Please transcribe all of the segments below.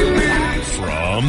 From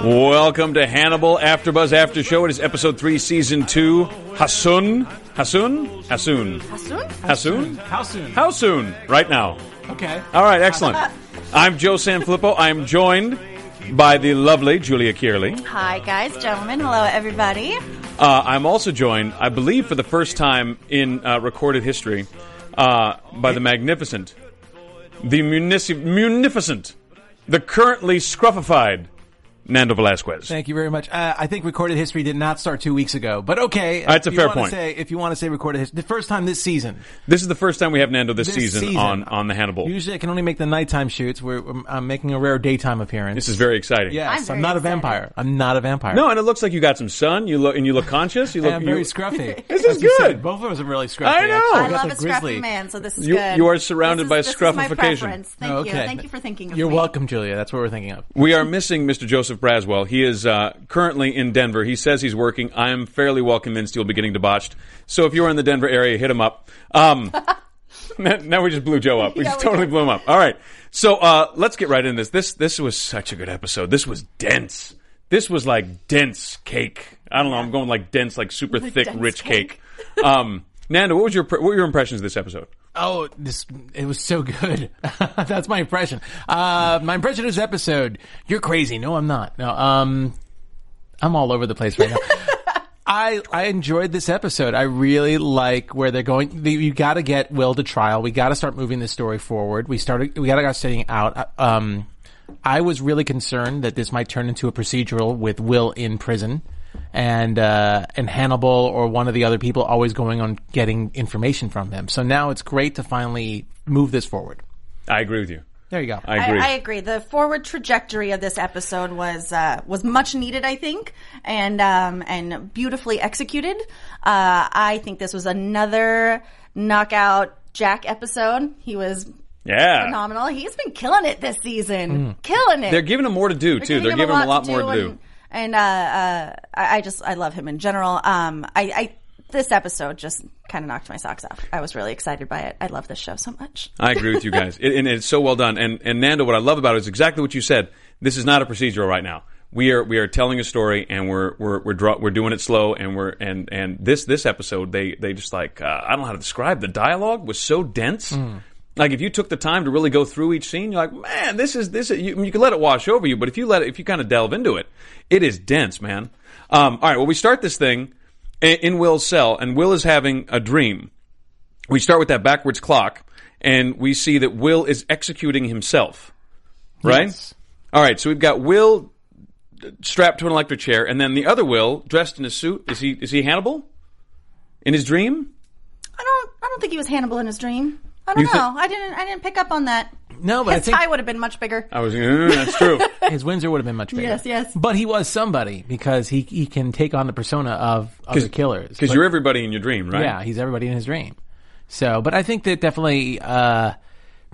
Welcome to Hannibal AfterBuzz After Show. It is episode three, season two. Hassun, Hassun, Hassun, Hassun, How soon? How soon? Right now. Okay. All right, excellent. I'm Joe Sanfilippo. I'm joined by the lovely Julia Kearley. Hi, guys, gentlemen. Hello, everybody. Uh, I'm also joined, I believe, for the first time in uh, recorded history, uh, by the magnificent, the munici- munificent, the currently scruffified Nando Velasquez. Thank you very much. Uh, I think recorded history did not start two weeks ago, but okay. That's a If you fair wanna point. Say, if you want to say recorded history, the first time this season. This is the first time we have Nando this, This season, season. on on the Hannibal. Usually, I can only make the nighttime shoots. Where um, I'm making a rare daytime appearance. This is very exciting. I'm yes, I'm, very not a excited. vampire. I'm not a vampire. No, and it looks like you got some sun. You look and you look conscious. You And look I'm very you, scruffy. This is As you said, good. both of us are really scruffy. I know. actually. I I love got a the scruffy man, so this is You- good. you are surrounded This by is- this is my scruffification. preference. Thank Oh, Okay. you. Thank you for thinking of You're me. welcome, Julia. That's what we're thinking of. We are missing Mr. Joseph Braswell. He is uh, currently in Denver. He says he's working. I am fairly well convinced he'll be getting debauched. So if you're in the Denver area, hit him up. Um, now, now we just blew Joe up. We Yeah, just we totally did. blew him up. All right. So uh, let's get right into this. This this was such a good episode. This was dense. This was like dense cake. I don't know. I'm going like dense, like super thick, dense rich cake. cake. um, Nando, what was your what were your impressions of this episode? Oh, this it was so good. That's my impression. Uh, my impression of this episode. You're crazy. No, I'm not. No, um, I'm all over the place right now. I I enjoyed this episode. I really like where they're going. The- You got to get Will to trial. We got to start moving this story forward. We started. We got to go setting out. Uh, Um, I was really concerned that this might turn into a procedural with Will in prison. And uh, and Hannibal or one of the other people always going on getting information from them. So now it's great to finally move this forward. I agree with you. There you go. I I, agree. I agree. The forward trajectory of this episode was uh, was much needed, I think, and um, and beautifully executed. Uh, I think this was another knockout Jack episode. He was yeah. Hmm. phenomenal. He's been killing it this season, killing it. They're giving him more to do too. They're giving him a lot more to do. And, and, uh, uh, I, I just I love him in general. Um, I, I this episode just kind of knocked my socks off. I was really excited by it. I love this show so much. I agree with you guys, it, and it's so well done. And and Nando, what I love about it is exactly what you said. This is not a procedural right now. We are we are telling a story, and we're we're we're, draw, we're doing it slow, and we're and and this this episode they they just like uh, I don't know how to describe the dialogue was so dense. Like if you took the time to really go through each scene, you're like, man, this is this. Is, you, I mean, you can let it wash over you, but if you let it, if you kind of delve into it, it is dense, man. Um, all right, well, we start this thing in, in Will's cell, and Will is having a dream we start with that backwards clock, and we see that Will is executing himself. Right? Yes. All right, so we've got Will strapped to an electric chair, and then the other Will dressed in a suit. Is he is he Hannibal? In his dream? I don't I don't think he was Hannibal in his dream. I don't You know. thi- I didn't I didn't pick up on that. No, but I His think tie would have been much bigger. I was "Mm, that's true. his Windsor would have been much bigger. Yes, yes. But he was somebody because he he can take on the persona of other killers. Because But- you're everybody in your dream, right? yeah, he's everybody in his dream. So, but I think that definitely, uh,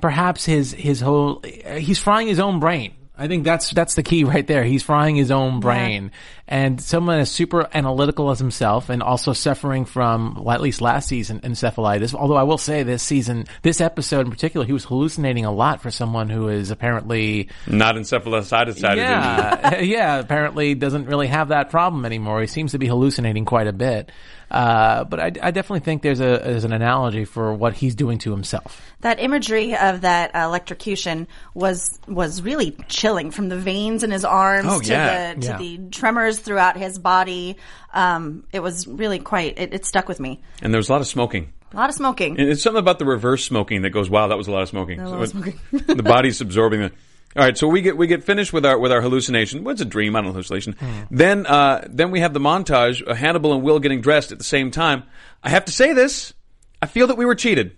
perhaps his his whole uh, he's frying his own brain. I think that's that's the key right there. He's frying his own brain, and someone as super analytical as himself, and also suffering from well, at least last season encephalitis. Although I will say this season, this episode in particular, he was hallucinating a lot for someone who is apparently Not encephalitis. yeah, yeah. Apparently, doesn't really have that problem anymore. He seems to be hallucinating quite a bit. Uh, but I, I definitely think there's a there's an analogy for what he's doing to himself. That imagery of that electrocution was was really chilling from the veins in his arms Oh, to yeah. the to Yeah. the tremors throughout his body. Um, it was really quite it, it stuck with me. And there was a lot of smoking. A lot of smoking. And it's something about the reverse smoking that goes, wow, that was a lot of smoking. So it- the body's absorbing the. All right, so we get we get finished with our with our hallucination. What's a dream? I don't know hallucination. Hmm. Then uh, then we have the montage of Hannibal and Will getting dressed at the same time. I have to say this. I feel that we were cheated.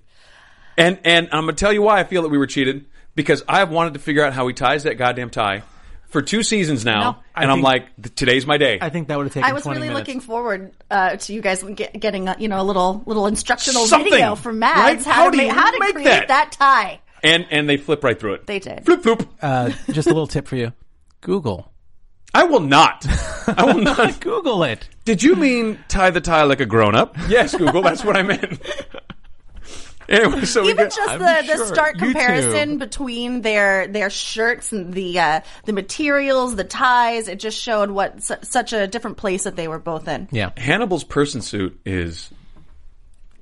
And and I'm gonna tell you why I feel that we were cheated because I have wanted to figure out how he ties that goddamn tie for two seasons now, No, I and I'm think- like, today's my day. I think that would have taken. I was 20 really minutes. looking forward uh, to you guys get, getting uh, you know a little little instructional Something, video from Mads right? how, How to do make, you how to make that? create that? tie. and and they flip right through it. They did. Flip flip. Uh, just a little tip for you: Google, I will not. I will not. Google it. Did you mean tie the tie like a grown up? Yes, Google. That's what I meant. anyway, so we Even get, just I'm the, sure. the stark YouTube. comparison between their their shirts and the uh, the materials, the ties, it just showed what su- such a different place that they were both in. Yeah. Hannibal's person suit is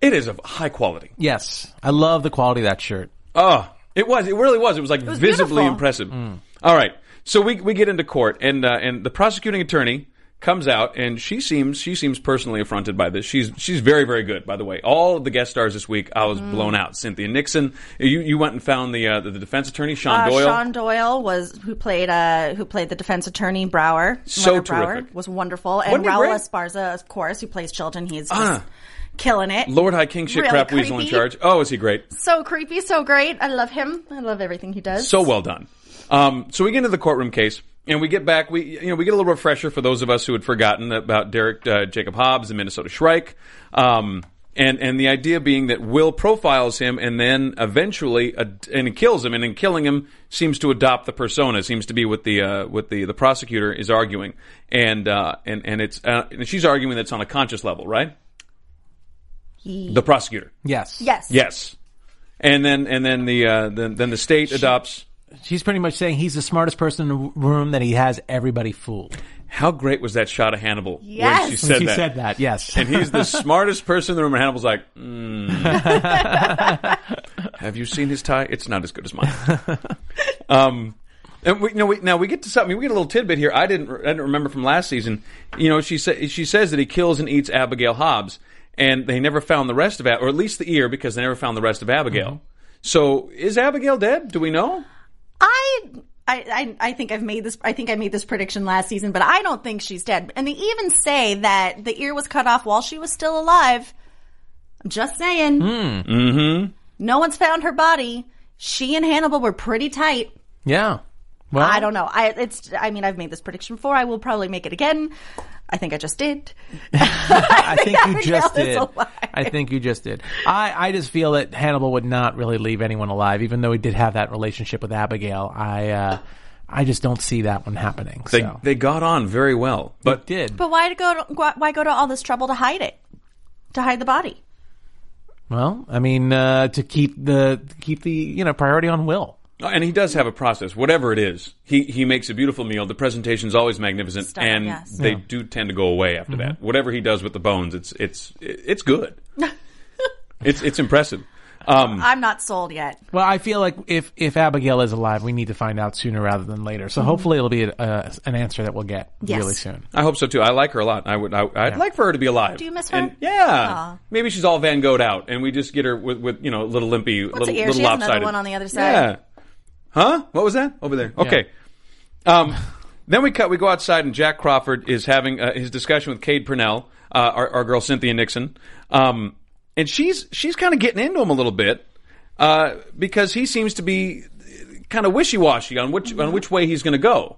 it is of high quality. Yes, I love the quality of that shirt. Oh, it was. It really was. It was like was visibly beautiful. impressive. All right. So we we get into court, and uh, and the prosecuting attorney comes out, and she seems she seems personally affronted by this. She's she's very very good, by the way. All of the guest stars this week, I was Mm-hmm. blown out. Cynthia Nixon. You you went and found the uh, the, the defense attorney Sean Uh, Doyle. Sean Doyle was who played uh, who played the defense attorney Brower. So Leonard Brower terrific. was wonderful, Wasn't and he Raul great? Esparza, of course, who plays Chilton. He's just Ah. killing it. Lord High King shit Really crap weasel in creepy. charge. Oh, is he great? So creepy, so great. I love him. I love everything he does. So well done. Um, so we get into the courtroom case, and we get back. We you know we get a little refresher for those of us who had forgotten about Derek uh, Jacob Hobbs and Minnesota Shrike. Um, and and the idea being that Will profiles him, and then eventually ad- and he kills him, and in killing him seems to adopt the persona. Seems to be what the uh, what the, the prosecutor is arguing, and uh, and and it's uh, and she's arguing that's on a conscious level, right? The prosecutor, Yes. yes. yes. And then and then the uh, then, then the state adopts. She's pretty much saying he's the smartest person in the room that he has everybody fooled. How great was that shot of Hannibal when Yes. she When said she that? said that. Yes. And he's the smartest person in the room, and Hannibal's like, mm. "Have you seen his tie? It's not as good as mine." um, and we, you know, we, now we get to something. We get a little tidbit here. I didn't, I didn't remember from last season. You know, she sa- she says that he kills and eats Abigail Hobbs, and they never found the rest of Ab- or at least the ear, because they never found the rest of Abigail. So, is Abigail dead? Do we know? I, I, I I think I've made this. I think I made this prediction last season, but I don't think she's dead. And they even say that the ear was cut off while she was still alive. I'm just saying. Mm. Mm-hmm. hmm No one's found her body. She and Hannibal were pretty tight. yeah. Well, I don't know. I it's. I mean, I've made this prediction before. I will probably make it again. I think I just did. I think you Abigail just is did. alive. I think you just did. I, I just feel that Hannibal would not really leave anyone alive, even though he did have that relationship with Abigail. I uh, I just don't see that one happening. They so. they got on very well, but did. But why to go? To, why go to all this trouble to hide it? To hide the body? Well, I mean, uh, to keep the to keep the you know priority on Will. And he does have a process, whatever it is. He he makes a beautiful meal. The presentation's always magnificent, Stunning, and yes. they do tend to go away after that. Whatever he does with the bones, it's it's it's good. it's it's impressive. Um, I'm not sold yet. Well, I feel like if if Abigail is alive, we need to find out sooner rather than later. So hopefully, it'll be a, uh, an answer that we'll get Yes. really soon. I hope so too. I like her a lot. I would. I, I'd like for her to be alive. Do you miss her? yeah. Aw. Maybe she's all Van Gogh out, and we just get her with, with you know little limpy, What's little, the ear? little She has another lopsided. one on the other side. Yeah. Huh? What was that over there? Okay. Um, then we cut. We go outside, and Jack Crawford is having uh, his discussion with Cade Purnell, uh, our, our girl Cynthia Nixon, um, and she's she's kind of getting into him a little bit uh, because he seems to be kind of wishy washy on which on which way he's going to go.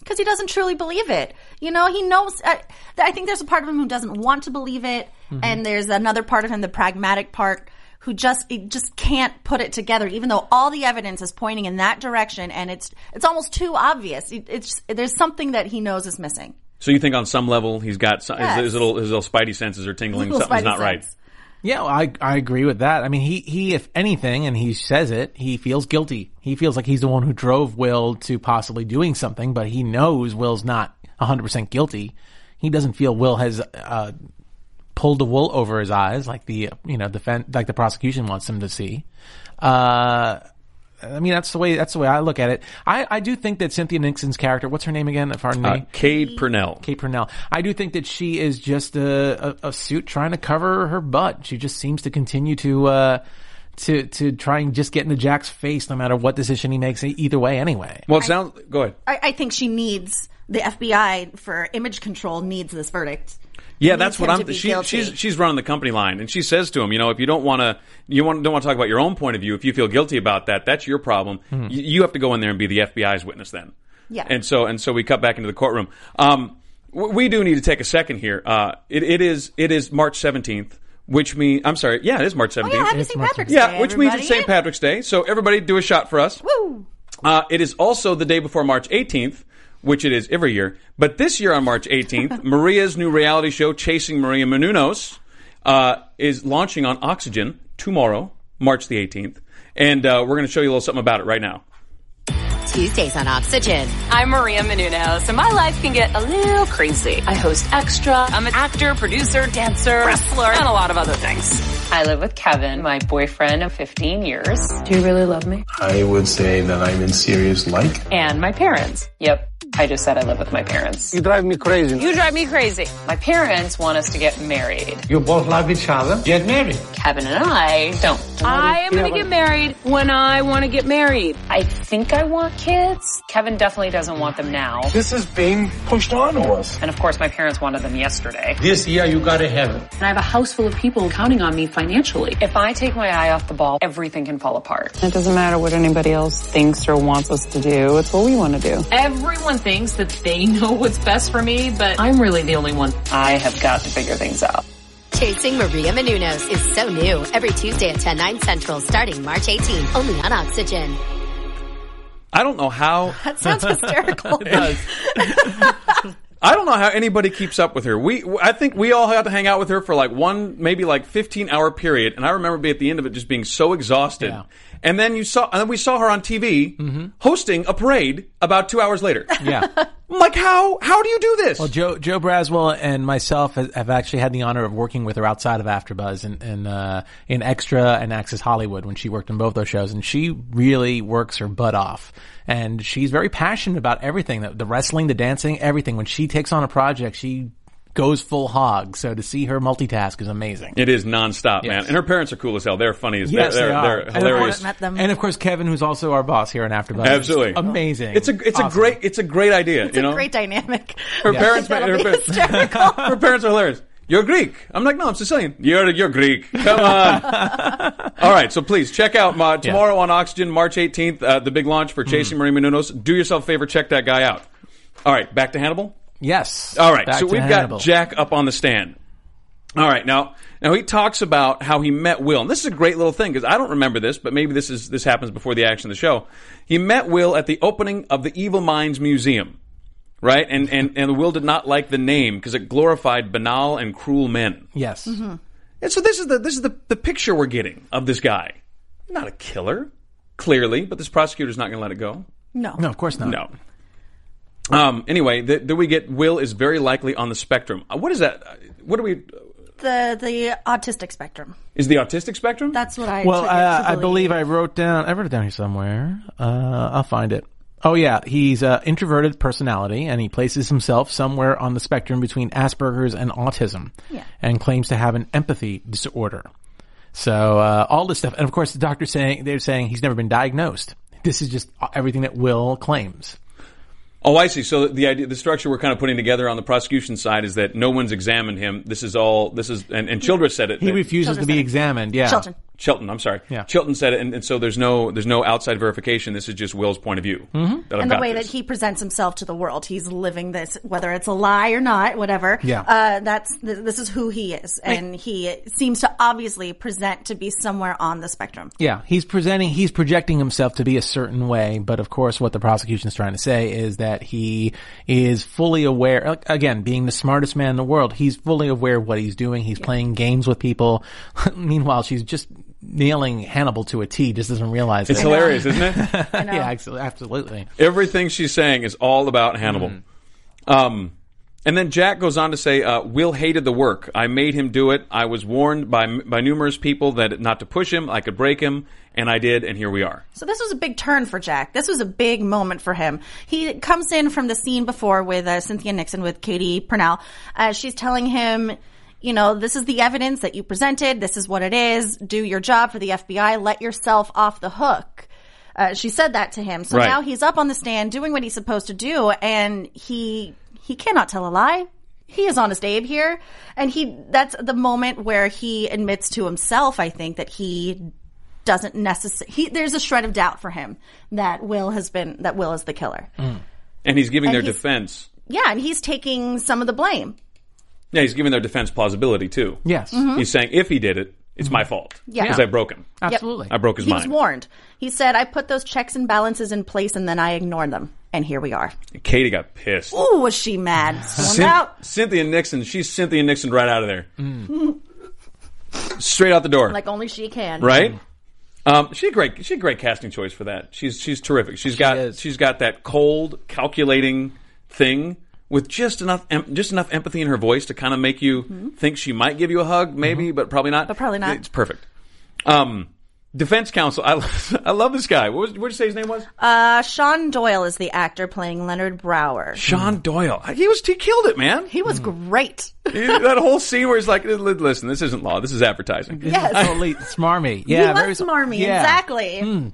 because he doesn't truly believe it. You know, he knows. I, I think there's a part of him who doesn't want to believe it, and there's another part of him, the pragmatic part, who just it just can't put it together, even though all the evidence is pointing in that direction, and it's it's almost too obvious. It, it's there's something that he knows is missing. So you think on some level he's got some, Yes. his, his little his little spidey senses are tingling. Little Something's spidey not right. sense. Yeah, well, I I agree with that. I mean, he he if anything, and he says it, he feels guilty. He feels like he's the one who drove Will to possibly doing something, but he knows Will's not hundred percent guilty. He doesn't feel Will has uh, pulled the wool over his eyes like the you know defense like the prosecution wants him to see. Uh, I mean, that's the way that's the way I look at it. I I do think that Cynthia Nixon's character, what's her name again? Pardon me. Uh, Cade Purnell. Kate Purnell. I do think that she is just a, a, a suit trying to cover her butt. She just seems to continue to uh, to to trying just get into Jack's face no matter what decision he makes e-, either way anyway. Well, it sounds. Go ahead. I, I think she needs the FBI for image control needs this verdict. Yeah, needs that's what him I'm. to be She, guilty. she's she's running the company line, and she says to him, you know, if you don't want to, you want don't want to talk about your own point of view. If you feel guilty about that, that's your problem. Y- you have to go in there and be the FBI's witness then. Yeah. And so and so we cut back into the courtroom. Um, w- we do need to take a second here. Uh, it, it is it is March 17th, which means I'm sorry. Yeah, it is March 17th. Oh yeah, happy St. Patrick's Yeah, Day. which means it's everybody. St. Patrick's Day. So everybody, do a shot for us. Woo! Uh, it is also the day before March 18th, which it is every year. But this year on March 18th, Maria's new reality show, Chasing Maria Menounos, uh, is launching on Oxygen tomorrow, March the 18th. And uh, we're going to show you a little something about it right now. Tuesdays on Oxygen. I'm Maria Menounos, and my life can get a little crazy. I host Extra. I'm an actor, producer, dancer, wrestler, and a lot of other things. I live with Kevin, my boyfriend of 15 years. Do you really love me? I would say that I'm in serious like. And my parents. Yep. I just said I live with my parents. You drive me crazy. You drive me crazy. My parents want us to get married. You both love each other. Get married. Kevin and I don't. I am going to get married when I want to get married. I think I want kids. Kevin definitely doesn't want them now. This is being pushed on to us. And of course, my parents wanted them yesterday. This year you gotta have it. And I have a house full of people counting on me financially. If I take my eye off the ball, everything can fall apart. It doesn't matter what anybody else thinks or wants us to do. It's what we want to do. Everyone thinks that they know what's best for me, but I'm really the only one. I have got to figure things out. Chasing Maria Menounos is so new. Every Tuesday at 10, 9 central starting March 18, only on Oxygen. I don't know how That sounds hysterical. I don't know how anybody keeps up with her. We I think we all had to hang out with her for like one maybe like 15 hour period and I remember being at the end of it just being so exhausted. Yeah. Mm-hmm. And then you saw and then we saw her on TV hosting a parade about 2 hours later. Yeah. I'm like, how how do you do this? Well, Joe Joe Braswell and myself ha- have actually had the honor of working with her outside of AfterBuzz and in, uh, in Extra and Access Hollywood when she worked in both those shows, and she really works her butt off, and she's very passionate about everything the, the wrestling, the dancing, everything. When she takes on a project, she goes full hog. So to see her multitask is amazing. it is nonstop, man. Yes. And her parents are cool as hell. They're funny as Yes, they're, they they're, are. they're And I hilarious. haven't met them. And of course, Kevin, who's also our boss here on AfterBuzz, is Absolutely. amazing. It's a it's a Awesome. great it's a great idea, It's you a know. great dynamic. her parents That'll her be parents- hysterical. her parents are hilarious. You're Greek. I'm like, no, I'm Sicilian. You're you're Greek. Come on. All right, so please check out my, tomorrow on Oxygen, March 18th, uh, the big launch for Chasing Marie Menounos. Do yourself a favor, check that guy out. All right, back to Hannibal. Yes. All right, Back so to we've Hannibal. got Jack up on the stand. All right, now now he talks about how he met Will, and this is a great little thing because I don't remember this, but maybe this is this happens before the action of the show. He met Will at the opening of the Evil Minds Museum, right? And and and Will did not like the name because it glorified banal and cruel men. Yes. And so this is the this is the, the picture we're getting of this guy. Not a killer, clearly, but this prosecutor's not going to let it go. no. No, of course not. No. Um, anyway, th- then we get Will is very likely on the spectrum. Uh, What is that? Uh, What do we? The the autistic spectrum. Is the autistic spectrum? That's what I. Well, took it uh, to I believe I wrote down. I wrote it down here somewhere. Uh, I'll find it. Oh yeah, he's uh, introverted personality, and he places himself somewhere on the spectrum between Asperger's and autism, Yeah. and claims to have an empathy disorder. So uh, all this stuff, and of course, the doctor's saying they're saying he's never been diagnosed. This is just everything that Will claims. oh, I see. So the idea, the structure we're kind of putting together on the prosecution side is that no one's examined him. This is all. This is and, and Childress said it. He that- refuses to Children be said it. examined. Yeah, Chilton. Chilton, I'm sorry. Yeah. Chilton said it, and, and so there's no there's no outside verification. This is just Will's point of view. Mm-hmm. and the way that he presents himself to the world. He's living this, whether it's a lie or not, whatever. Yeah. Uh, that's th- this is who he is, and he seems to obviously present to be somewhere on the spectrum. Yeah, he's presenting, he's projecting himself to be a certain way, but of course what the prosecution's trying to say is that he is fully aware, like, again, being the smartest man in the world, he's fully aware of what he's doing, he's playing games with people. Meanwhile, she's just nailing Hannibal to a T, just doesn't realize it's it. hilarious, isn't it? Yeah, absolutely. absolutely. Everything she's saying is all about Hannibal. Um, and then Jack goes on to say, uh, "Will hated the work. I made him do it. I was warned by by numerous people that not to push him, I could break him, and I did. And here we are. So this was a big turn for Jack. This was a big moment for him. He comes in from the scene before with uh, Cynthia Nixon with Katie Purnell. Uh, she's telling him you know, this is the evidence that you presented. This is what it is. Do your job for the FBI. Let yourself off the hook. Uh, she said that to him. So Right. now he's up on the stand doing what he's supposed to do, and he he cannot tell a lie. He is honest Abe here, and he that's the moment where he admits to himself, I think, that he doesn't necessarily. He there's a shred of doubt for him that Will has been that Will is the killer. Mm. And he's giving And their he's- defense. Yeah, and he's taking some of the blame. Yeah, he's giving their defense plausibility too. Mm-hmm. Yes. Mhm. He's saying if he did it, it's my fault. Mm-hmm. Yeah. Because I broke him. Yep. I broke his he mind. was warned. He said, "I put those checks and balances in place, and then I ignored them, and here we are." Katie got pissed. Ooh, was she mad? Stormed Cyn- out. Mm. Cynthia Nixon. She's Cynthia Nixon right out of there. Straight out the door. Like only she can. right? Um, she a great. She a great casting choice for that. She's she's terrific. She's got she's got that cold, calculating thing with just enough em- just enough empathy in her voice to kind of make you think she might give you a hug, maybe, but probably not. But probably not. It's perfect. Um, defense counsel. I love, I love this guy. What was, what'd you say his name was? Uh, Sean Doyle is the actor playing Leonard Brower. Sean Doyle. He was he killed it, man. He was Mm. great. that whole scene where he's like, "Listen, this isn't law. This is advertising." Yes. Totally smarmy. he Yeah, very was so- smarmy. yeah. Mm. Exactly.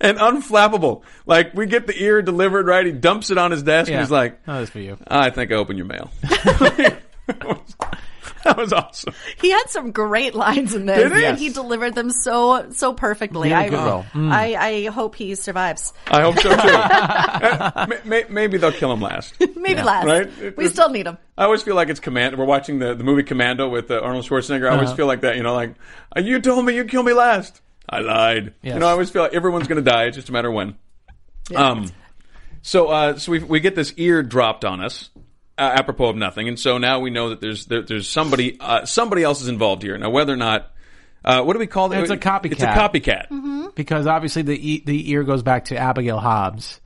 and unflappable. Like we get the ear delivered, right? He dumps it on his desk, Yeah. and he's like, "Oh, this for you." I think I opened your mail." that was awesome. He had some great lines in this, Did he? and he delivered them so so perfectly. He had a I, good role. Mm. I I hope he survives. I hope so too. Uh, may- may- maybe they'll kill him last. Maybe last. Right? It- We it- still need him. I always feel like it's command. We're watching the, the movie Commando with uh, Arnold Schwarzenegger. I always Uh-huh. feel like that. You know, like "Uh, you told me you kill me last. I lied. Yes. You know, I always feel like everyone's going to die. It's just a matter of when. Yeah. Um, so uh, so we we get this ear dropped on us. Uh, apropos of nothing, and so now we know that there's there, there's somebody uh, somebody else is involved here. Now whether or not uh, what do we call it? It's a copycat. Mm-hmm. It's a copycat. Because obviously the e- the ear goes back to Abigail Hobbs.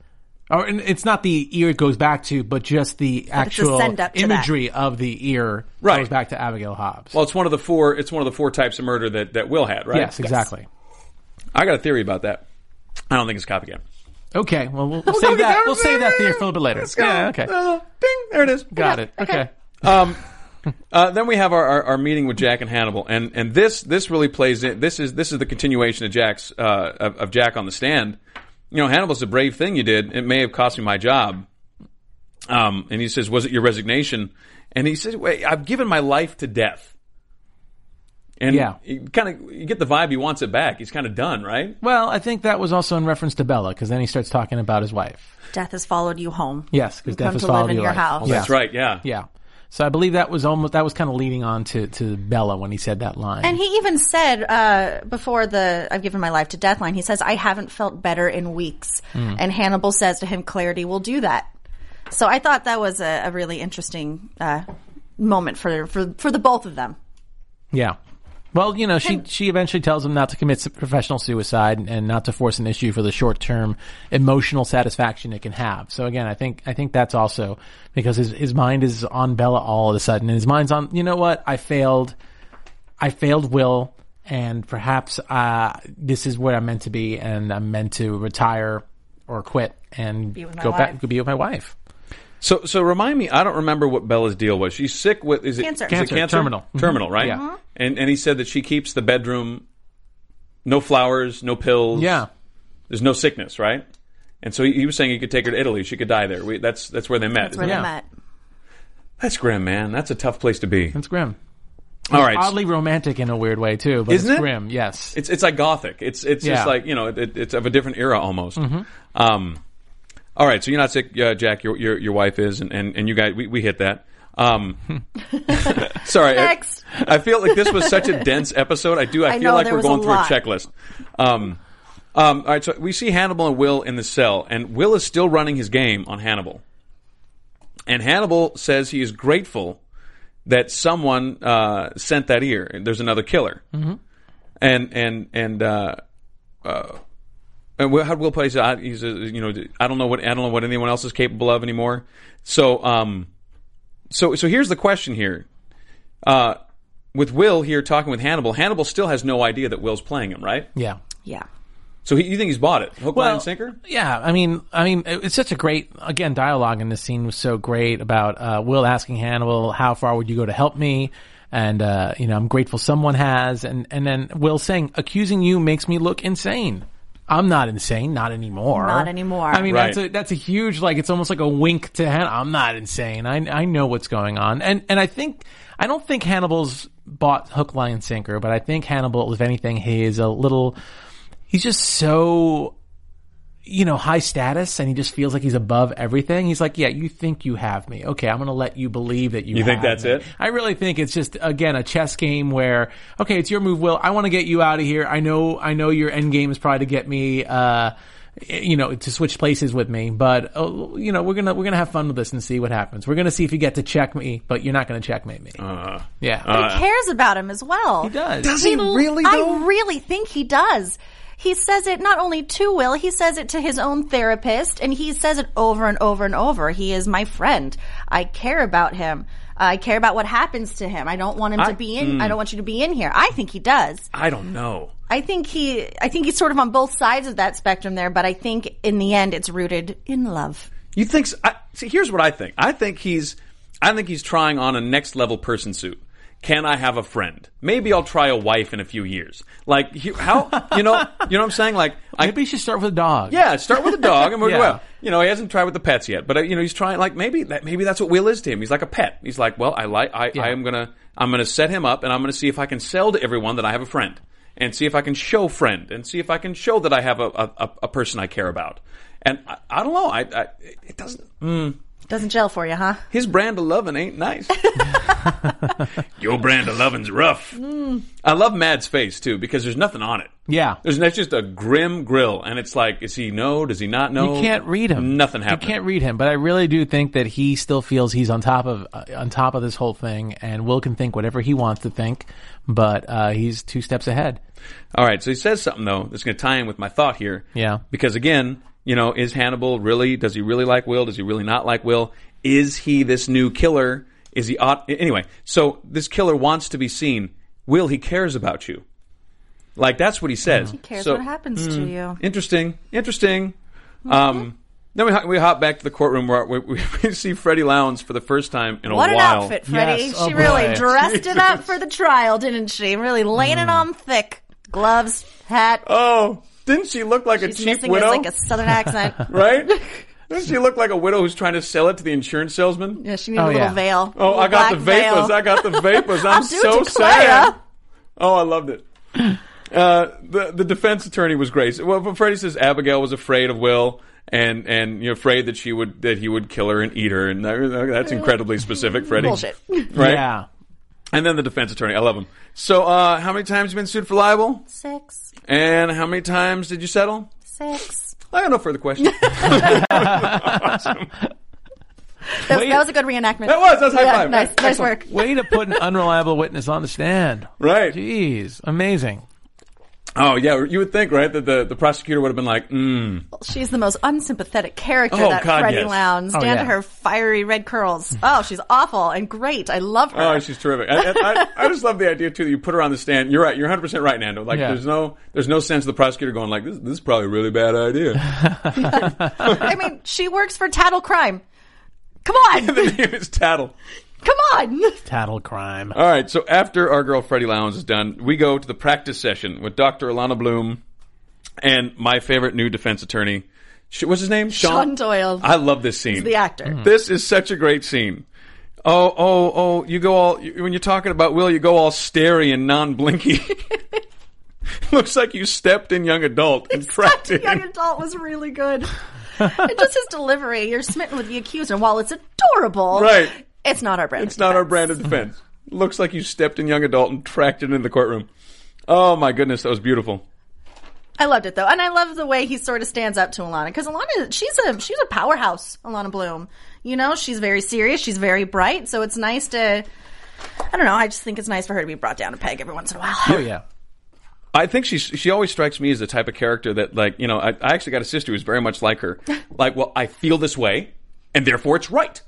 Or and it's not the ear it goes back to, but just the it's a actual send-up to that. imagery of the ear Right. goes back to Abigail Hobbs. Well, Oh, it's one of the four. It's one of the four types of murder that that Will had, right? Yes, exactly. I got a theory about that. I don't think it's copycat. Okay, well we'll, we'll save that. We'll save that theory for a little bit later. go. Yeah, okay. Uh, bing, there it is. Got it. Okay. Um, uh, then we have our, our, our meeting with Jack and Hannibal, and and this this really plays in. This is this is the continuation of Jack's uh, of, of Jack on the stand. You know, Hannibal's a brave thing you did. It may have cost me my job. Um, and he says, "Was it your resignation?" And he says, "Wait, I've given my life to death." And Yeah. kind of you get the vibe he wants it back. He's kind of done, right? Well, I think that was also in reference to Bella because then he starts talking about his wife. Death has followed you home. Yes, because You death come has to live followed in you. your like- house. That's right. Yeah. Yeah. So I believe that was almost that was kind of leading on to to Bella when he said that line. And he even said uh, before the "I've given my life to death" line, he says, "I haven't felt better in weeks." Mm. And Hannibal says to him, "Clarity will do that." So I thought that was a, a really interesting uh, moment for, for for the both of them. yeah. Well, you know, she she eventually tells him not to commit s- professional suicide and not to force an issue for the short term emotional satisfaction it can have. So again, I think I think that's also because his his mind is on Bella all of a sudden, and his mind's on you know what I failed, I failed Will, and perhaps uh, this is what I'm meant to be, and I'm meant to retire or quit and Be with my go back wife. go be with my wife. So, so remind me. I don't remember what Bella's deal was. She's sick with is it Cancer. is it Cancer, cancer? Mm-hmm. terminal. Mhm. terminal, right? Yeah. Mhm. And and he said that she keeps the bedroom, no flowers, no pills. Yeah. there's no sickness, right? And so he, he was saying he could take her to Italy. She could die there. We, that's that's where they met. That's where isn't they it? met. That's grim, man. That's a tough place to be. That's grim. All It's right, Oddly romantic in a weird way too, but isn't it's it grim. Yes, it's it's like gothic. It's it's Yeah. just like you know it, it's of a different era almost. Mhm. Um, all right, so you're not sick, uh, Jack. Your, your your wife is, and, and, and you guys we, we hit that. Um, sorry, I- Next. I, feel like this was such a dense episode. I do. I, I feel know, like there we're was a going through lot. a checklist. Um, um, all right, so we see Hannibal and Will in the cell, and Will is still running his game on Hannibal. And Hannibal says he is grateful that someone uh, sent that ear. There's another killer Mm-hmm. Mhm. and and and uh, uh, and Will- how Will plays it. I- He's a, you know I don't know what I don't know what anyone else is capable of anymore. So um, so so here's the question here. Uh, with Will here talking with Hannibal, Hannibal still has no idea that Will's playing him, right? Yeah. Yeah. So he, you think he's bought it? Hook, line, and sinker. Yeah, I mean, I mean, it- it's such a great again dialogue in this scene was so great about uh, Will asking Hannibal, "How far would you go to help me?" and uh, you know I'm grateful someone has. And and then Will saying accusing you makes me look insane. I'm not insane, not anymore. Not anymore. I mean, Right. that's a that's a huge like it's almost like a wink to Hannibal. I'm not insane. I I know what's going on, and and I think I don't think Hannibal's bought hook, line, and sinker, but I think Hannibal, if anything, he is a little. He's just so you know, high status and he just feels like he's above everything. He's like, yeah, you think you have me. Okay, I'm going to let you believe that you You think have that's me." it? I really think it's just, again, a chess game where, okay, it's your move, Will. I want to get you out of here. I know, I know your end game is probably to get me, uh, you know, to switch places with me, but oh, you know, we're gonna we're gonna have fun with this and see what happens. We're gonna see if you get to check me, but you're not gonna checkmate me. Uh-huh. yeah, Uh, But he cares about him as well. He does. Does he really, though? I really think he does. He says it not only to Will, he says it to his own therapist, and he says it over and over and over. He is my friend. I care about him. I care about what happens to him. I don't want him I- to be in. mm. I don't want you to be in here. I think he does. I don't know. I think he. I think he's sort of on both sides of that spectrum there. But I think in the end, it's rooted in love. You think? s I see, here's what I think. I think he's, I think he's trying on a next level person suit. Can I have a friend? Maybe I'll try a wife in a few years. Like he- how you know you know what I'm saying? Like maybe you should start with a dog. Yeah, start with a dog, and we're Yeah. well. You know he hasn't tried with the pets yet, but uh, you know he's trying. Like maybe that maybe that's what Will is to him. He's like a pet. He's like, well, I like I, I am gonna I'm gonna set him up, and I'm gonna see if I can sell to everyone that I have a friend, and see if I can show friend, and see if I can show that I have a a, a- a person I care about. And I, I don't know. I, I it doesn't. Mm, Doesn't gel for you, huh? his brand of loving ain't nice. Your brand of lovin's rough. I love Mad's face too because there's nothing on it. Yeah. There's that's just a grim grill, and it's like, is he no? Does he not know? You can't read him. Oh, Nothing You happened. can't read him, but I really do think that he still feels he's on top of uh, on top of this whole thing, and Will can think whatever he wants to think, but uh, he's two steps ahead. All right, so he says something though that's going to tie in with my thought here. Yeah. Because again, you know, is Hannibal really? Does he really like Will? Does he really not like Will? Is he this new killer? Is he ought anyway? So this killer wants to be seen. Will he cares about you? Like that's what he says. He cares So- what happens to Mm. you. Interesting. Interesting. Um, then we, ho- we hop back to the courtroom where we, we, we see Freddie Lowndes for the first time in a what an while. outfit, Freddie. Yes, she oh boy. really dressed it up for the trial, didn't she? Really laying it on thick. Gloves, hat. Oh, didn't she look like She's a cheap missing widow? Is like a southern accent. right? Doesn't she look like a widow who's trying to sell it to the insurance salesman? Yeah, she needed a little veil. Oh, I got the vapors. I got the vapors. I'm I'll do it so to Clara. sad. Oh, I loved it. Uh, the the defense attorney was great. Well, but Freddie says Abigail was afraid of Will and and you know, afraid that she would that he would kill her and eat her, and that- that's incredibly specific, Freddie. Bullshit. right? Yeah. And then the defense attorney. I love him. So, uh, how many times have you been sued for libel? Six. And how many times did you settle? Six. I have no further questions. That was, that was a good reenactment. That was. That was high Yeah, five. Nice, nice Excellent. work. Way to put an unreliable witness on the stand. Right. Jeez, amazing. Oh yeah, you would think, right, that the, the prosecutor would have been like, mm. She's the most unsympathetic character, Oh, that God, Freddie yes. Lowndes, Oh, down to yeah. her fiery red curls. Oh, she's awful and great. I love her. Oh, she's terrific. I, I, I- I just love the idea too that you put her on the stand. You're right. You're 100 percent right, Nando. Like Yeah. there's no there's no sense of the prosecutor going like this. This is probably a really bad idea. I mean, she works for Tattle Crime. Come on, the name is Tattle. come on. Tattle crime. All right. So after our girl Freddie Lowndes is done, we go to the practice session with Dr. Alana Bloom and my favorite new defense attorney. Sh- What's his name? Sean Doyle. I love this scene. the actor. Mhm. This is such a great scene. Oh, oh, oh! You go all you- when you're talking about Will. You go all stary and non-blinky. Looks like you stepped in young adult and cracked it. Young adult was really good. and just his delivery, you're smitten with the accuser. And while it's adorable, Right. It's not our brand. It's not our brand of defense. Looks like you stepped in young adult and tracked it into the courtroom. Oh my goodness, that was beautiful. I loved it though, and I love the way he sort of stands up to Alana because Alana, she's a she's a powerhouse. Alana Bloom, you know, she's very serious, she's very bright, so it's nice to. I don't know. I just think it's nice for her to be brought down a peg every once in a while. Oh yeah. I think she she always strikes me as the type of character that like you know I, I actually got a sister who's very much like her. Like, well, I feel this way, and therefore it's right.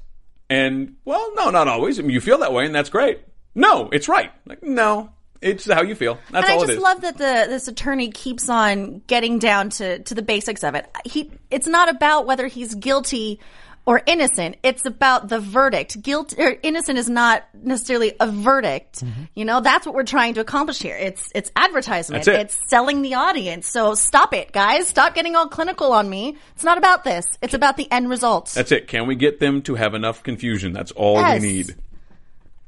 And well, no, not always. I mean, you feel that way, and that's great. No, it's right. Like, no, it's how you feel. That's and all I just it is. love that the this attorney keeps on getting down to to the basics of it. He it's not about whether he's guilty or innocent. It's about the verdict. Guilt or innocent is not necessarily a verdict. Mm-hmm. You know, that's what we're trying to accomplish here. It's it's advertisement. That's it. It's selling the audience. So stop it, guys. Stop getting all clinical on me. It's not about this. It's about the end results. That's it. Can we get them to have enough confusion? That's all Yes. we need.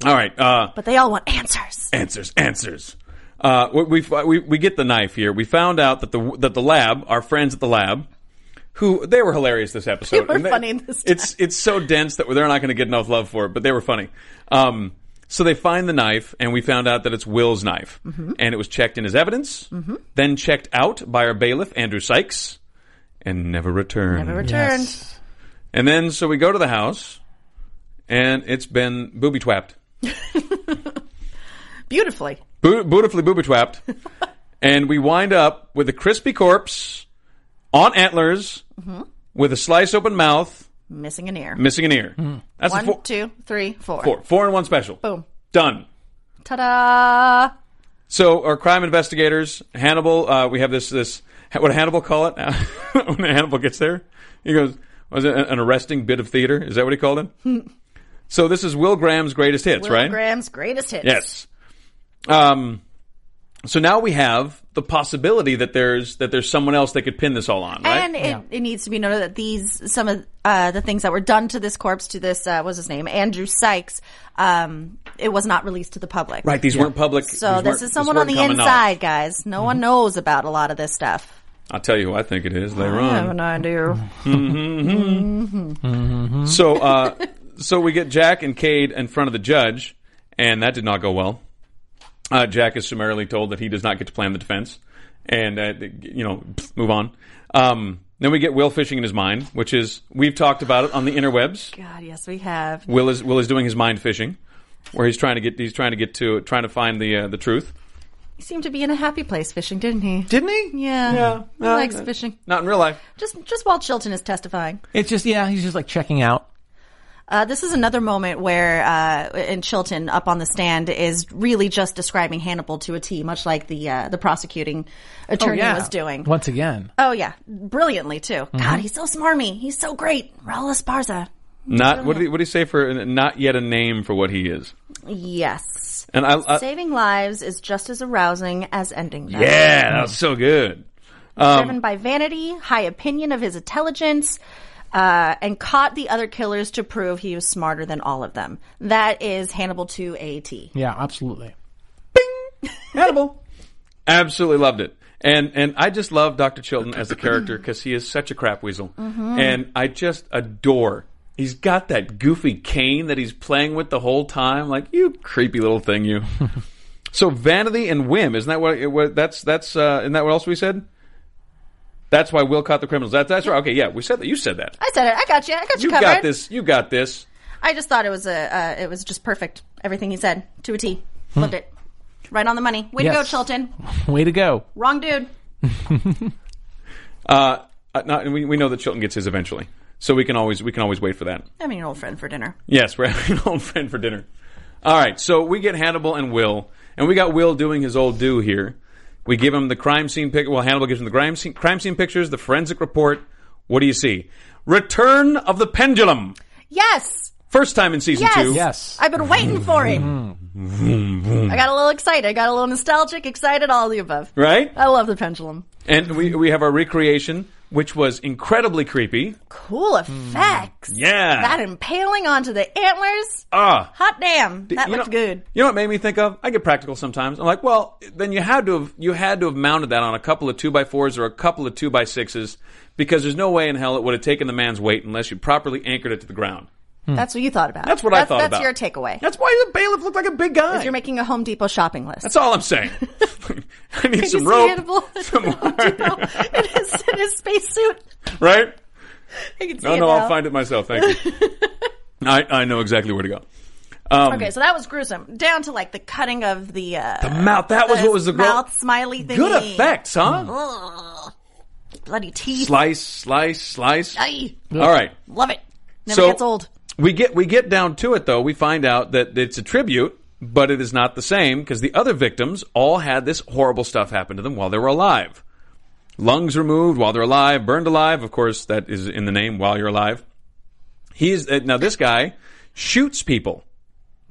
All right. Uh, But they all want answers. answers, answers. Uh, we, we, we, we get the knife here. We found out that the that the lab, our friends at the lab, who they were hilarious this episode. They were And funny this It's it's so dense that they're not going to get enough love for it, but they were funny. Um, so they find the knife, and we found out that it's Will's knife, Mm-hmm. and it was checked in as evidence, then checked out by our bailiff Andrew Sykes, and never returned. Never returned. And then so we go to the house, and it's been booby trapped. Beautifully. Bo- beautifully booby trapped. and we wind up with a crispy corpse on antlers Mm-hmm. with a slice open mouth, Missing an ear. missing an ear. That's Mm. One, a four, two, three, four. four, four and one special. Boom. Done. Ta-da! So our crime investigators, Hannibal, uh, we have this this what did Hannibal call it when Hannibal gets there. He goes, "Was it an arresting bit of theater?" Is that what he called it? so this is Will Graham's greatest hits, Hmm. Will right? Graham's greatest hits. Yes. Um, so now we have the possibility that there's that there's someone else they could pin this all on, right? And it, it needs to be noted that these some of uh, the things that were done to this corpse to this uh, what was his name Andrew Sykes. Um, it was not released to the public. right. These weren't public. So these weren't- this is someone on weren't the common inside, knowledge. guys. No one knows about a lot of this stuff. I'll tell you who I think it is later I have on. an idea. So, uh, so we get Jack and Cade in front of the judge, and that did not go well. Uh, Jack is summarily told that he does not get to plan the defense, and uh, you know, pfft, move on. Um, then we get Will fishing in his mind, which is we've talked about it on the interwebs. God, yes, we have. Will is Will is doing his mind fishing, where he's trying to get he's trying to get to trying to find the uh, the truth. He seemed to be in a happy place fishing, didn't he? Didn't he? yeah. Yeah. He No, likes no. fishing. Not in real life. Just just while Chilton is testifying. It's just yeah, he's just like checking out. Uh, this is another moment where, uh, and Chilton up on the stand is really just describing Hannibal to a T, much like the uh, the prosecuting attorney Oh, yeah. was doing. Once again, Oh yeah, brilliantly too. God, he's so smarmy. He's so great, Raul Esparza. Not what did he, what did he say for not yet a name for what he is? Yes, And I, I saving lives is just as arousing as ending them. yeah, that was so good. driven by vanity, high opinion of his intelligence, uh, and caught the other killers to prove he was smarter than all of them. That is Hannibal to a T. yeah, absolutely. Hannibal. Absolutely loved it. And and I just love Dr. Chilton as a character because he is such a crap weasel. And I just adore. He's got that goofy cane that he's playing with the whole time. Like, you creepy little thing, you. so vanity and whim, isn't that what, what that's that's uh, isn't that what else we said? That's why Will caught the criminals. That's that's right. Okay, yeah, we said that. You said that. I said it. I got you. I got you, You covered. got this. You got this. I just thought it was a uh, it was just perfect. Everything he said to a T. Loved it. Right on the money. Way to go, Yes. Chilton. Way to go. Wrong dude. Uh, uh, not, and we, we know that Chilton gets his eventually, so we can always we can always wait for that. I mean, an old friend for dinner. Yes, we're having an old friend for dinner. All right, so we get Hannibal and Will, and we got Will doing his old do here. We give him the crime scene pic. Well, Hannibal gives him the crime scene, crime scene pictures, the forensic report. What do you see? Return of the Pendulum. Yes. First time in season Yes. two. Yes. I've been waiting Mm-hmm. for it. I got a little excited. I got a little nostalgic, excited, all of the above. Right? I love the pendulum. And we, we have our recreation, which was incredibly creepy. Cool effects. Mm. Yeah. That impaling onto the antlers. Ah. Hot damn. That You looked know- good. You know what made me think of? I get practical sometimes. I'm like, well, then you had to have you had to have mounted that on a couple of two by fours or a couple of two by sixes, because there's no way in hell it would have taken the man's weight unless you properly anchored it to the ground. That's what you thought about. Hmm. That's what I thought that's about. That's your takeaway. That's why the bailiff looked like a big guy. You're making a Home Depot shopping list. That's all I'm saying. I need Can some you see Hannibal rope, at some the Home Depot wire, in his, in his spacesuit? right? I can see No, it no, now. I'll find it myself. Thank you. I, I know exactly where to go. Um, Okay, so that was gruesome. Down to like the cutting of the uh, the mouth. That was what was the gro- mouth smiley thingy. good effects, huh? Ugh. Bloody teeth. Slice, slice, slice. Ay, All right. love it. Never So- gets old. We get we get down to it though. We find out that it's a tribute, but it is not the same because the other victims all had this horrible stuff happen to them while they were alive. Lungs removed while they're alive, burned alive. Of course, that is in the name. While you're alive, He is uh, now this guy shoots people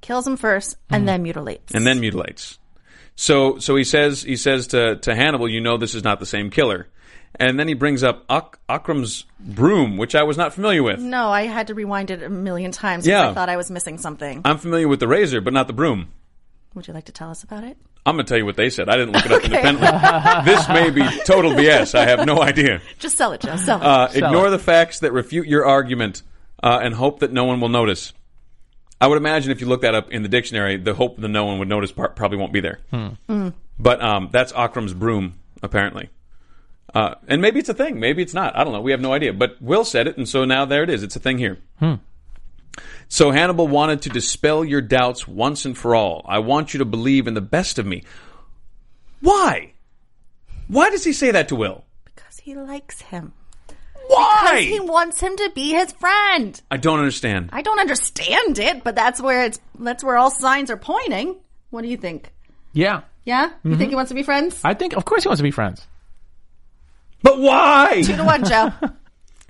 Kills him first and then mutilates. Hmm. and then mutilates. So so he says he says to to Hannibal, you know this is not the same killer. And then he brings up Ak- Akram's broom, which I was not familiar with. No, I had to rewind it a million times because Yeah. I thought I was missing something. I'm familiar with the razor, but not the broom. Would you like to tell us about it? I'm going to tell you what they said. I didn't look it up independently. this may be total BS. I have no idea. Just sell it, Joe. Sell it. Uh, Sell ignore it. the facts that refute your argument uh, and hope that no one will notice. I would imagine if you look that up in the dictionary, the hope that no one would notice part probably won't be there. Hmm. Mm. But um, that's Akram's broom, apparently. Uh, and maybe it's a thing. Maybe it's not. I don't know. We have no idea. But Will said it, and so now there it is. It's a thing here. Hmm. So Hannibal wanted to dispel your doubts once and for all. I want you to believe in the best of me. Why? Why does he say that to Will? Because he likes him. Why? Because he wants him to be his friend. I don't understand. I don't understand it, but that's where it's that's where all signs are pointing. What do you think? Yeah. Yeah? You Mhm. Mm-hmm. think he wants to be friends? I think, of course, he wants to be friends. But why? Two to one, Joe.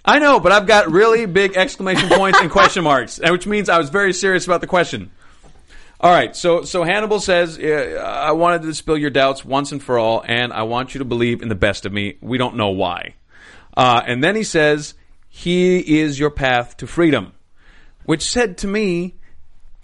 I know, but I've got really big exclamation points and question marks, and which means I was very serious about the question. All right, so so Hannibal says, uh, "I wanted to dispel your doubts once and for all, and I want you to believe in the best of me. We don't know why." Uh, and then he says, "He is your path to freedom," which said to me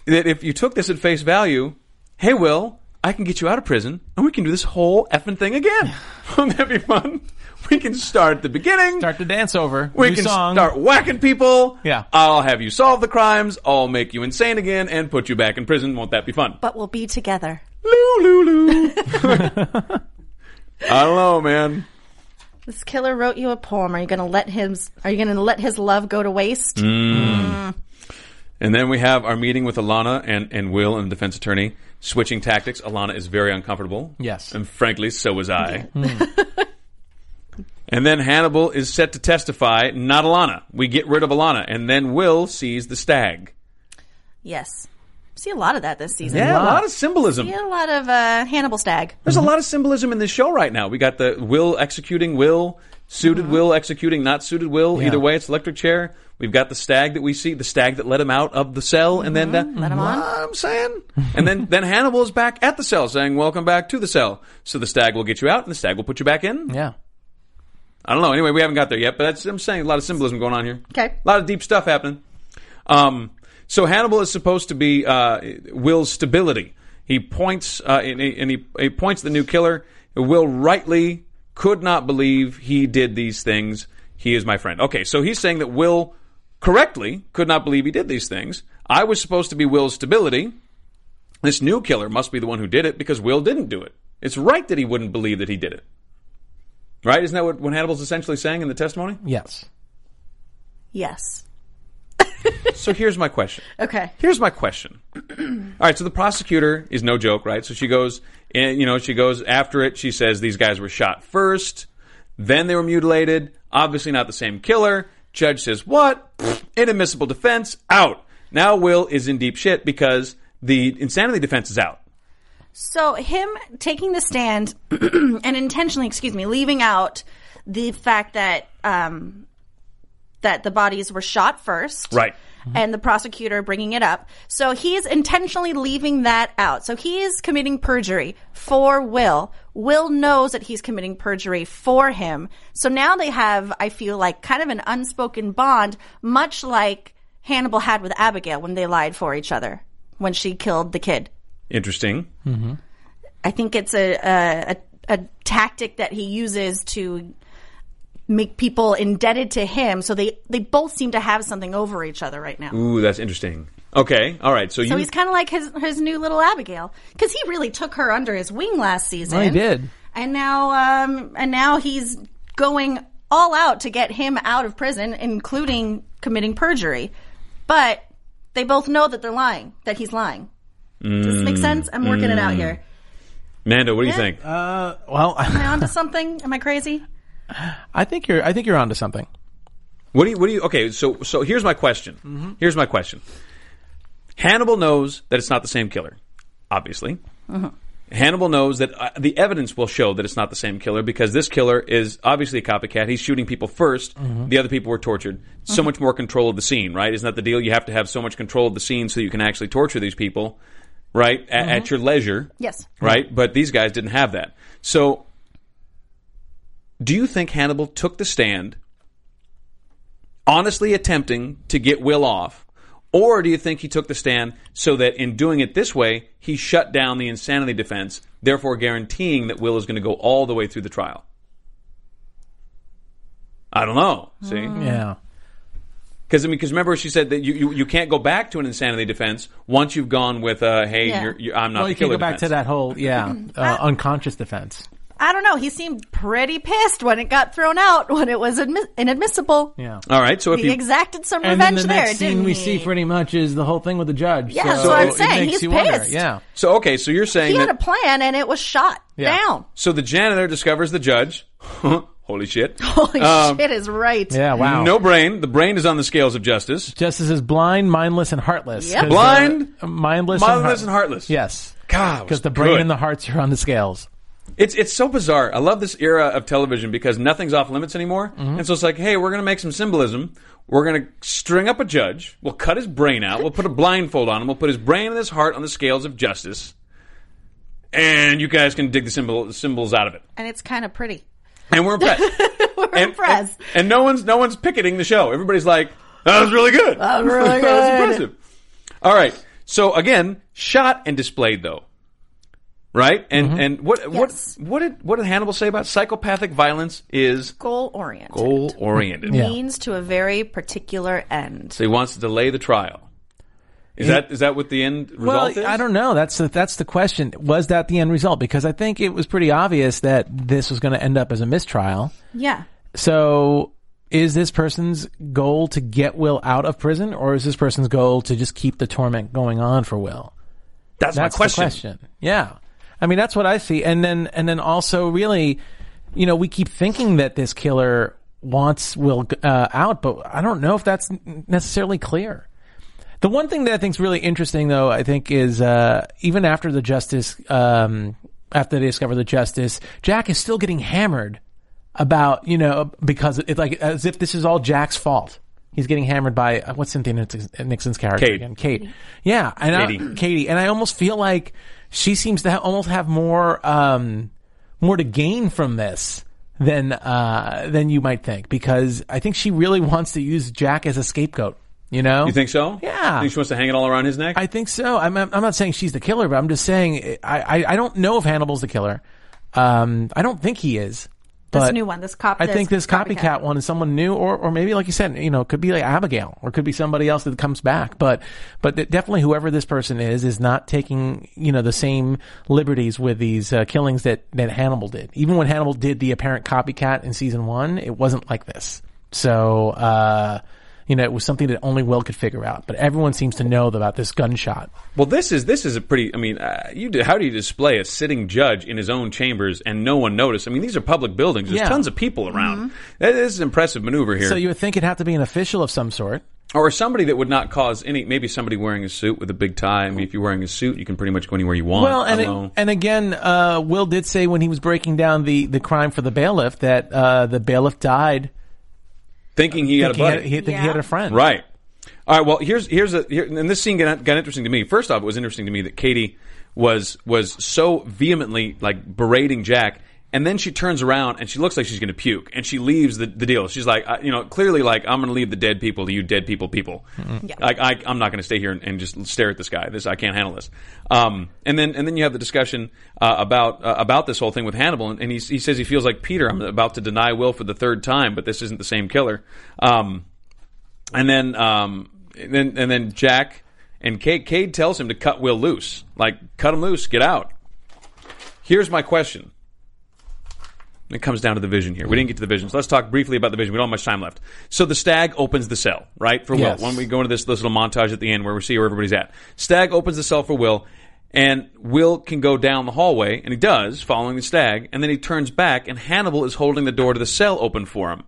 that if you took this at face value, hey, Will, I can get you out of prison, and we can do this whole effing thing again. Wouldn't that be fun? We can start at the beginning. Start the dance over. We New can song. start whacking people. Yeah. I'll have you solve the crimes. I'll make you insane again and put you back in prison. Won't that be fun? But we'll be together. I don't know, man. This killer wrote you a poem. Are you gonna let him are you gonna let his love go to waste? Mm. And then we have our meeting with Alana and, and Will and the defense attorney switching tactics. Alana is very uncomfortable. Yes. Mm. And frankly, so was I. and then Hannibal is set to testify, not Alana. We get rid of Alana. And then Will sees the stag. Yes. See a lot of that this season. Yeah, a lot of symbolism. See a lot of uh, Hannibal Stag. There's a lot of symbolism in this show right now. We got the Will executing Will, suited Mm-hmm. Will executing not suited Will. Yeah. Either way, it's electric chair. We've got the stag that we see, the stag that let him out of the cell, and then the, Mm-hmm. Let him on. I'm saying. and then then Hannibal is back at the cell, saying, "Welcome back to the cell." So the stag will get you out, and the stag will put you back in. Yeah. I don't know. Anyway, we haven't got there yet, but that's, I'm saying a lot of symbolism going on here. Okay. A lot of deep stuff happening. Um, so Hannibal is supposed to be uh, Will's stability. He points uh, and, he, and he, he points the new killer. Will rightly could not believe he did these things. He is my friend. Okay, so he's saying that Will correctly could not believe he did these things. I was supposed to be Will's stability. This new killer must be the one who did it because Will didn't do it. It's right that he wouldn't believe that he did it. Right? Isn't that what, what Hannibal's essentially saying in the testimony? Yes. Yes. So here's my question. Okay. Here's my question. All right, so the prosecutor is no joke, right? So she goes, and you know, she goes after it. She says these guys were shot first, then they were mutilated. Obviously, not the same killer. Judge says what? Pfft, Inadmissible defense out. Now Will is in deep shit because the insanity defense is out. So him taking the stand and intentionally, excuse me, leaving out the fact that um, that the bodies were shot first, Right. Mm-hmm. And the prosecutor bringing it up. So he is intentionally leaving that out. So he is committing perjury for Will. Will knows that he's committing perjury for him. So now they have, I feel like, kind of an unspoken bond, much like Hannibal had with Abigail when they lied for each other when she killed the kid. Interesting. I think it's a a, a, a tactic that he uses to make people indebted to him. So they they both seem to have something over each other right now. Ooh, that's interesting. Okay, all right. So, So you he's kind of like his his new little Abigail because he really took her under his wing last season. Well, he did. and now um and now he's going all out to get him out of prison, including committing perjury. But they both know that they're lying, that he's lying. Does this make Mm, sense? I'm working it out mm. here. Nando, what do you Yeah. think? Uh, well, Am I onto something? Am I crazy? I think you're. I think you're onto something. What do you? What do you? Okay, so so here's my question. Here's my question. Hannibal knows that it's not the same killer, obviously. Hannibal knows that uh, the evidence will show that it's not the same killer because this killer is obviously a copycat. He's shooting people 1st Mhm. The other people were tortured. So much more control of the scene, right? Isn't that the deal? You have to have so much control of the scene so you can actually torture these people, right? A- At your leisure. Yes. Right? But these guys didn't have that. So, do you think Hannibal took the stand honestly attempting to get Will off? Or do you think he took the stand so that in doing it this way, he shut down the insanity defense, therefore guaranteeing that Will is going to go all the way through the trial? I don't know. See? Yeah. Because I mean, 'cause remember she said that you, you, you can't go back to an insanity defense once you've gone with, uh, hey, Yeah. you're, you're, I'm not well, the you can killer go back to defense. that whole yeah uh, unconscious defense. I don't know. He seemed pretty pissed when it got thrown out when it was admi- inadmissible. Yeah. All right. So if he you exacted some Uh, and then revenge the there, next didn't scene we he? see pretty much is the whole thing with the judge. Yeah, so that's what I'm it saying. makes He's you wonder. pissed. Yeah. So okay, so you're saying He that had a plan and it was shot Yeah. down. So the janitor discovers the judge. Holy shit. Holy Um, shit is right. No brain. The brain is on the scales of justice. Justice is blind, mindless, and heartless. Yep. 'Cause, Blind, uh, mindless, mindless, and heartless. Yes, God, because the brain good. and the hearts are on the scales. It's it's so bizarre. I love this era of television because nothing's off limits anymore. Mhm. And so it's like, hey, we're going to make some symbolism. We're going to string up a judge. We'll cut his brain out. We'll put a blindfold on him. We'll put his brain and his heart on the scales of justice. And you guys can dig the symbol, symbols out of it. And it's kind of pretty. And we're impressed. We're impressed. And no one's no one's picketing the show. Everybody's like, "That was really good. That was really that was good." impressive." All right. So again, shot and displayed though, right? And Mm-hmm. and what what what did what did Hannibal say about psychopathic violence is Goal oriented. goal oriented? Means to a very particular end. So he wants to delay the trial. Is Yeah. that is that what the end result Well, is? I don't know. That's the, that's the question. Was that the end result? Because I think it was pretty obvious that this was going to end up as a mistrial. Yeah. So, is this person's goal to get Will out of prison, or is this person's goal to just keep the torment going on for Will? That's, my the question. Yeah, I mean that's what I see, and then and then also really, you know, we keep thinking that this killer wants Will uh, out, but I don't know if that's n- necessarily clear. The one thing that I think is really interesting, though, I think is uh, even after the justice, um, after they discover the justice, Jack is still getting hammered about you know because it's like as if this is all Jack's fault. He's getting hammered by uh, what's Cynthia Nixon's- Nixon's character Kate. again? Kate. Yeah, and I- Katie. Katie, and I almost feel like she seems to ha- almost have more um, more to gain from this than uh, than you might think because I think she really wants to use Jack as a scapegoat. You know, You think so? Yeah. Think she wants to hang it all around his neck? I think so. I'm, I'm I'm not saying she's the killer, but I'm just saying I, I, I don't know if Hannibal's the killer. Um, I don't think he is. This but new one, this cop- I this think this copycat, copycat. one is someone new, or or maybe like you said, you know, it could be like Abigail, or it could be somebody else that comes back. But but th- definitely whoever this person is is not taking you know the same liberties with these uh, killings that that Hannibal did. Even when Hannibal did the apparent copycat in season one, it wasn't like this. So. uh you know, it was something that only Will could figure out, but everyone seems to know about this gunshot. Well, this is this is a pretty. I mean, uh, you do, how do you display a sitting judge in his own chambers and no one notice? I mean, these are public buildings. There's Yeah. Mm-hmm. tons of people around. That- This is an impressive maneuver here, So you would think it'd have to be an official of some sort. or somebody that would not cause any. Maybe somebody wearing a suit with a big tie. I mean, if you're wearing a suit, you can pretty much go anywhere you want. Well, and I don't know. it, and again, uh, Will did say when he was breaking down the, the crime for the bailiff that uh, the bailiff died. thinking he had a thinking he buddy, had- he- thinking he had a friend. right? All right. Well, here's here's a here, and this scene got, got interesting to me. First off, it was interesting to me that Katie was was so vehemently like berating Jack, and then she turns around and she looks like she's going to puke, and she leaves the, the deal. She's like, I, you know, clearly like I'm going to leave the dead people to you, dead people, people. Mhm. Yeah. Like I, I'm not going to stay here and, and just stare at this guy. This I can't handle this. Um, and then and then you have the discussion uh, about uh, about this whole thing with Hannibal, and, and he, he says he feels like Peter. I'm about to deny Will for the third time, but this isn't the same killer. Um, and then um, and then and then Jack and Cade, Cade tells him to cut Will loose, like cut him loose, get out. Here's my question. It comes down to the vision here. We didn't get to the vision, so let's talk briefly about the vision. We don't have much time left. So the stag opens the cell, right, for Yes. Will. When we go into this, this little montage at the end where we see where everybody's at. Stag opens the cell for Will, and Will can go down the hallway, and he does, following the stag, and then he turns back, and Hannibal is holding the door to the cell open for him,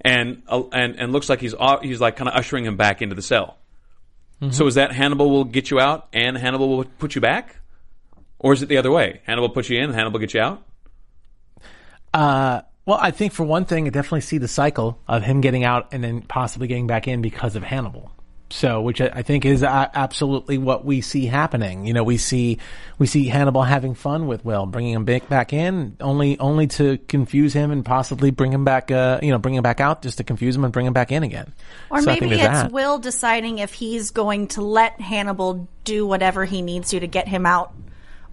and uh, and and looks like he's au- he's like kind of ushering him back into the cell. So is that Hannibal will get you out, and Hannibal will put you back? Or is it the other way? Hannibal puts you in, Hannibal gets you out? Uh, well, I think for one thing, I definitely see the cycle of him getting out and then possibly getting back in because of Hannibal. So, which I I think is uh, absolutely what we see happening. You know, we see we see Hannibal having fun with Will, bringing him back back in, only only to confuse him and possibly bring him back. Uh, you know, bring him back out just to confuse him and bring him back in again. Or So I think maybe it's there's that. Will deciding if he's going to let Hannibal do whatever he needs to to get him out,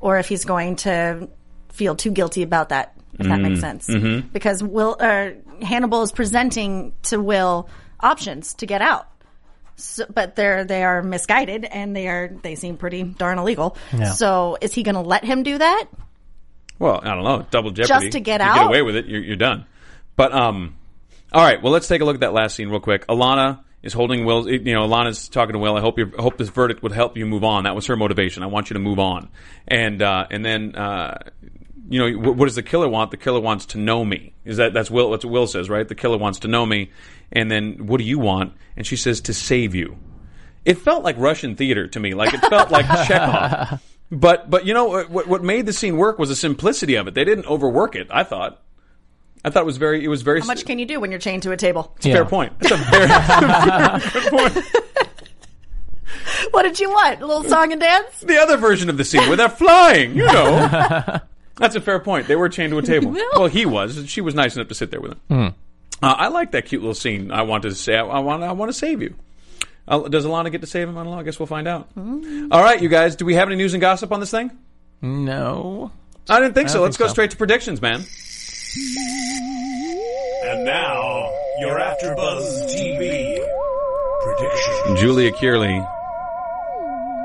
or if he's going to feel too guilty about that. If that makes Mm, sense, mm-hmm. mhm. because Will or Hannibal is presenting to Will options to get out, so, but they're they are misguided and they are they seem pretty darn illegal. Yeah. So is he going to let him do that? Well, I don't know. Double Just jeopardy. to get You out? Get away with it. You're, you're done. But um, all right. Well, let's take a look at that last scene real quick. Alana is holding Will. You know, Alana's talking to Will. I hope you hope this verdict would help you move on. That was her motivation. I want you to move on. And uh, and then uh, you know, what, what does the killer want? The killer wants to know me. Is that that's Will? That's what Will says, right? The killer wants to know me. And then what do you want? And she says to save you. It felt like Russian theater to me. Like it felt like Chekhov. But but you know what what made the scene work was the simplicity of it. They didn't overwork it. I thought. I thought it was very it was very How much can you do when you're chained to a table? it's a fair point. It's a very What did you want? A little song and dance? the other version of the scene where they're flying, you know. That's a fair point. They were chained to a table. Well, he was. and She was nice enough to sit there with him. Hmm. Uh, I like that cute little scene. I want to say I, I want I want to save you. Uh, does Alana get to save him? I don't know. I guess we'll find out. Hmm. All right, you guys. Do we have any news and gossip on this thing? No. I didn't think I don't so. Let's think go so. straight to predictions, man. And now, your AfterBuzz TV prediction. Julia Kearley.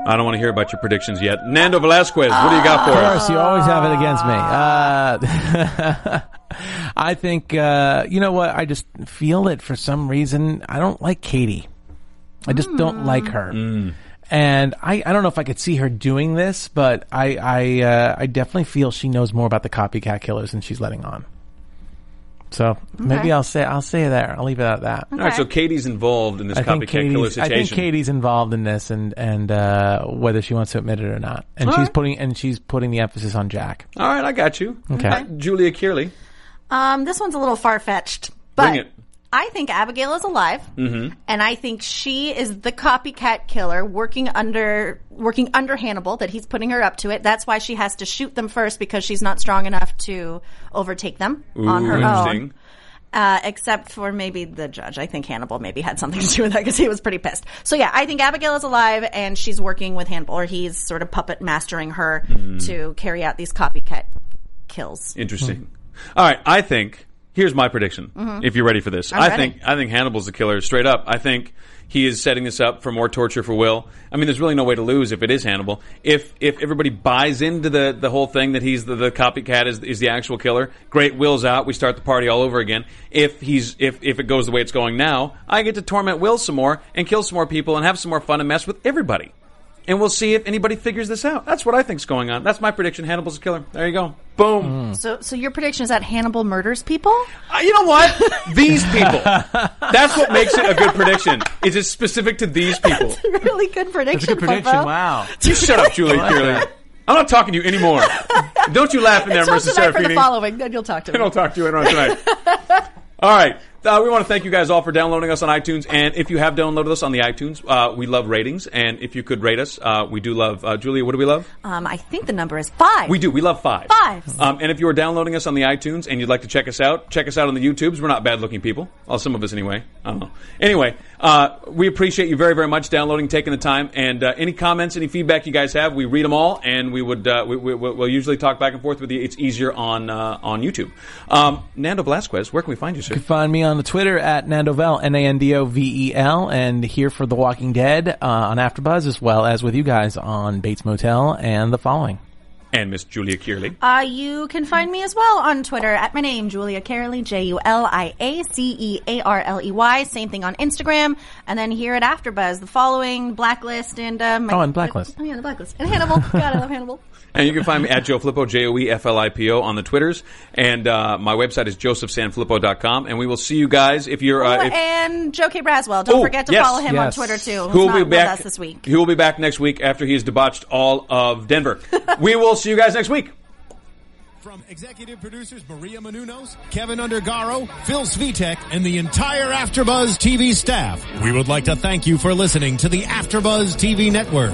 I don't want to hear about your predictions yet. Nando Velasquez, what do you got for Of us? course, you always have it against me. Ah. Uh, I think uh, you know what. I just feel it for some reason. I don't like Katie. I just don't Mm. like her. And I, I don't know if I could see her doing this, but I I uh, I definitely feel she knows more about the copycat killers than she's letting on. So Okay. maybe I'll say I'll say there. I'll leave it at that. All right, so Katie's involved in this I think, copycat killer Katie's, I situation. think Katie's involved in this, and and uh, whether she wants to admit it or not, and All she's right. putting and she's putting the emphasis on Jack. All right, I got you. Okay. Uh, Julia Kearley. Um, this one's a little far fetched, but Bring it. I think Abigail is alive, Mm-hmm. and I think she is the copycat killer working under working under Hannibal. That he's putting her up to it. That's why she has to shoot them first because she's not strong enough to overtake them on Ooh, her interesting. own. Uh, except for maybe the judge. I think Hannibal maybe had something to do with that because he was pretty pissed. So yeah, I think Abigail is alive and she's working with Hannibal, or he's sort of puppet mastering her Mhm. to carry out these copycat kills. Interesting. All right, I think here's my prediction. Mhm. If you're ready for this, I'm I ready. think I think Hannibal's the killer straight up. I think he is setting this up for more torture for Will. I mean, there's really no way to lose if it is Hannibal. If if everybody buys into the the whole thing that he's the, the copycat is is the actual killer, great. Will's out. We start the party all over again. If he's if if it goes the way it's going now, I get to torment Will some more and kill some more people and have some more fun and mess with everybody. And we'll see if anybody figures this out. That's what I think's going on. That's my prediction. Hannibal's the killer. There you go. Boom. Mm. So, so your prediction is that Hannibal murders people? Uh, you know what? these people. That's what makes it a good prediction. Is it's specific to these people. really good prediction. Popo. Wow. You shut up, Julie I like Kearley. that. I'm not talking to you anymore. Don't you laugh in there, It's Marissa Mercy tonight for the Serafini. following. Then you'll talk I to me. don't talk to you later on tonight. all right. Uh, we want to thank you guys all for downloading us on iTunes. And if you have downloaded us on the iTunes, uh, we love ratings. And if you could rate us, uh, we do love. Uh, Julia, what do we love? Um, I think the number is five. We do. We love five. Fives. Um, and if you are downloading us on the iTunes and you'd like to check us out, check us out on the YouTubes. We're not bad looking people. Well, some of us anyway. I don't know. Anyway, uh, we appreciate you very, very much downloading, taking the time. And uh, any comments, any feedback you guys have, we read them all. And we would, uh, we, we, we'll we'll usually talk back and forth with you. It's easier on, uh, on YouTube. Um, Nando Velasquez, where can we find you, sir? You can find me on the Twitter at Nandovel, N A N D O V E L, and here for The Walking Dead uh, on AfterBuzz, as well as with you guys on Bates Motel and the following. And Miss Julia Kearley. Uh, you can find me as well on Twitter at my name, Julia Carley, J U L I A C E A R L E Y. Same thing on Instagram. And then here at AfterBuzz, the following Blacklist and. Uh, my- Oh, and Blacklist. Oh, yeah, the Blacklist. And Hannibal. God, I love Hannibal. And you can find me at Joe Flippo, J O E F L I P O, on the Twitters. And uh, my website is josephsanflippo.com. And we will see you guys if you're. Uh, Oh, if, and Joe K. Braswell. Don't Oh, forget to yes. follow him Yes. on Twitter, too. Who He's will be not back with us this week. He will be back next week after he has debauched all of Denver. we will see you guys next week. From executive producers Maria Menounos, Kevin Undergaro, Phil Svitek, and the entire AfterBuzz TV staff, we would like to thank you for listening to the AfterBuzz TV network.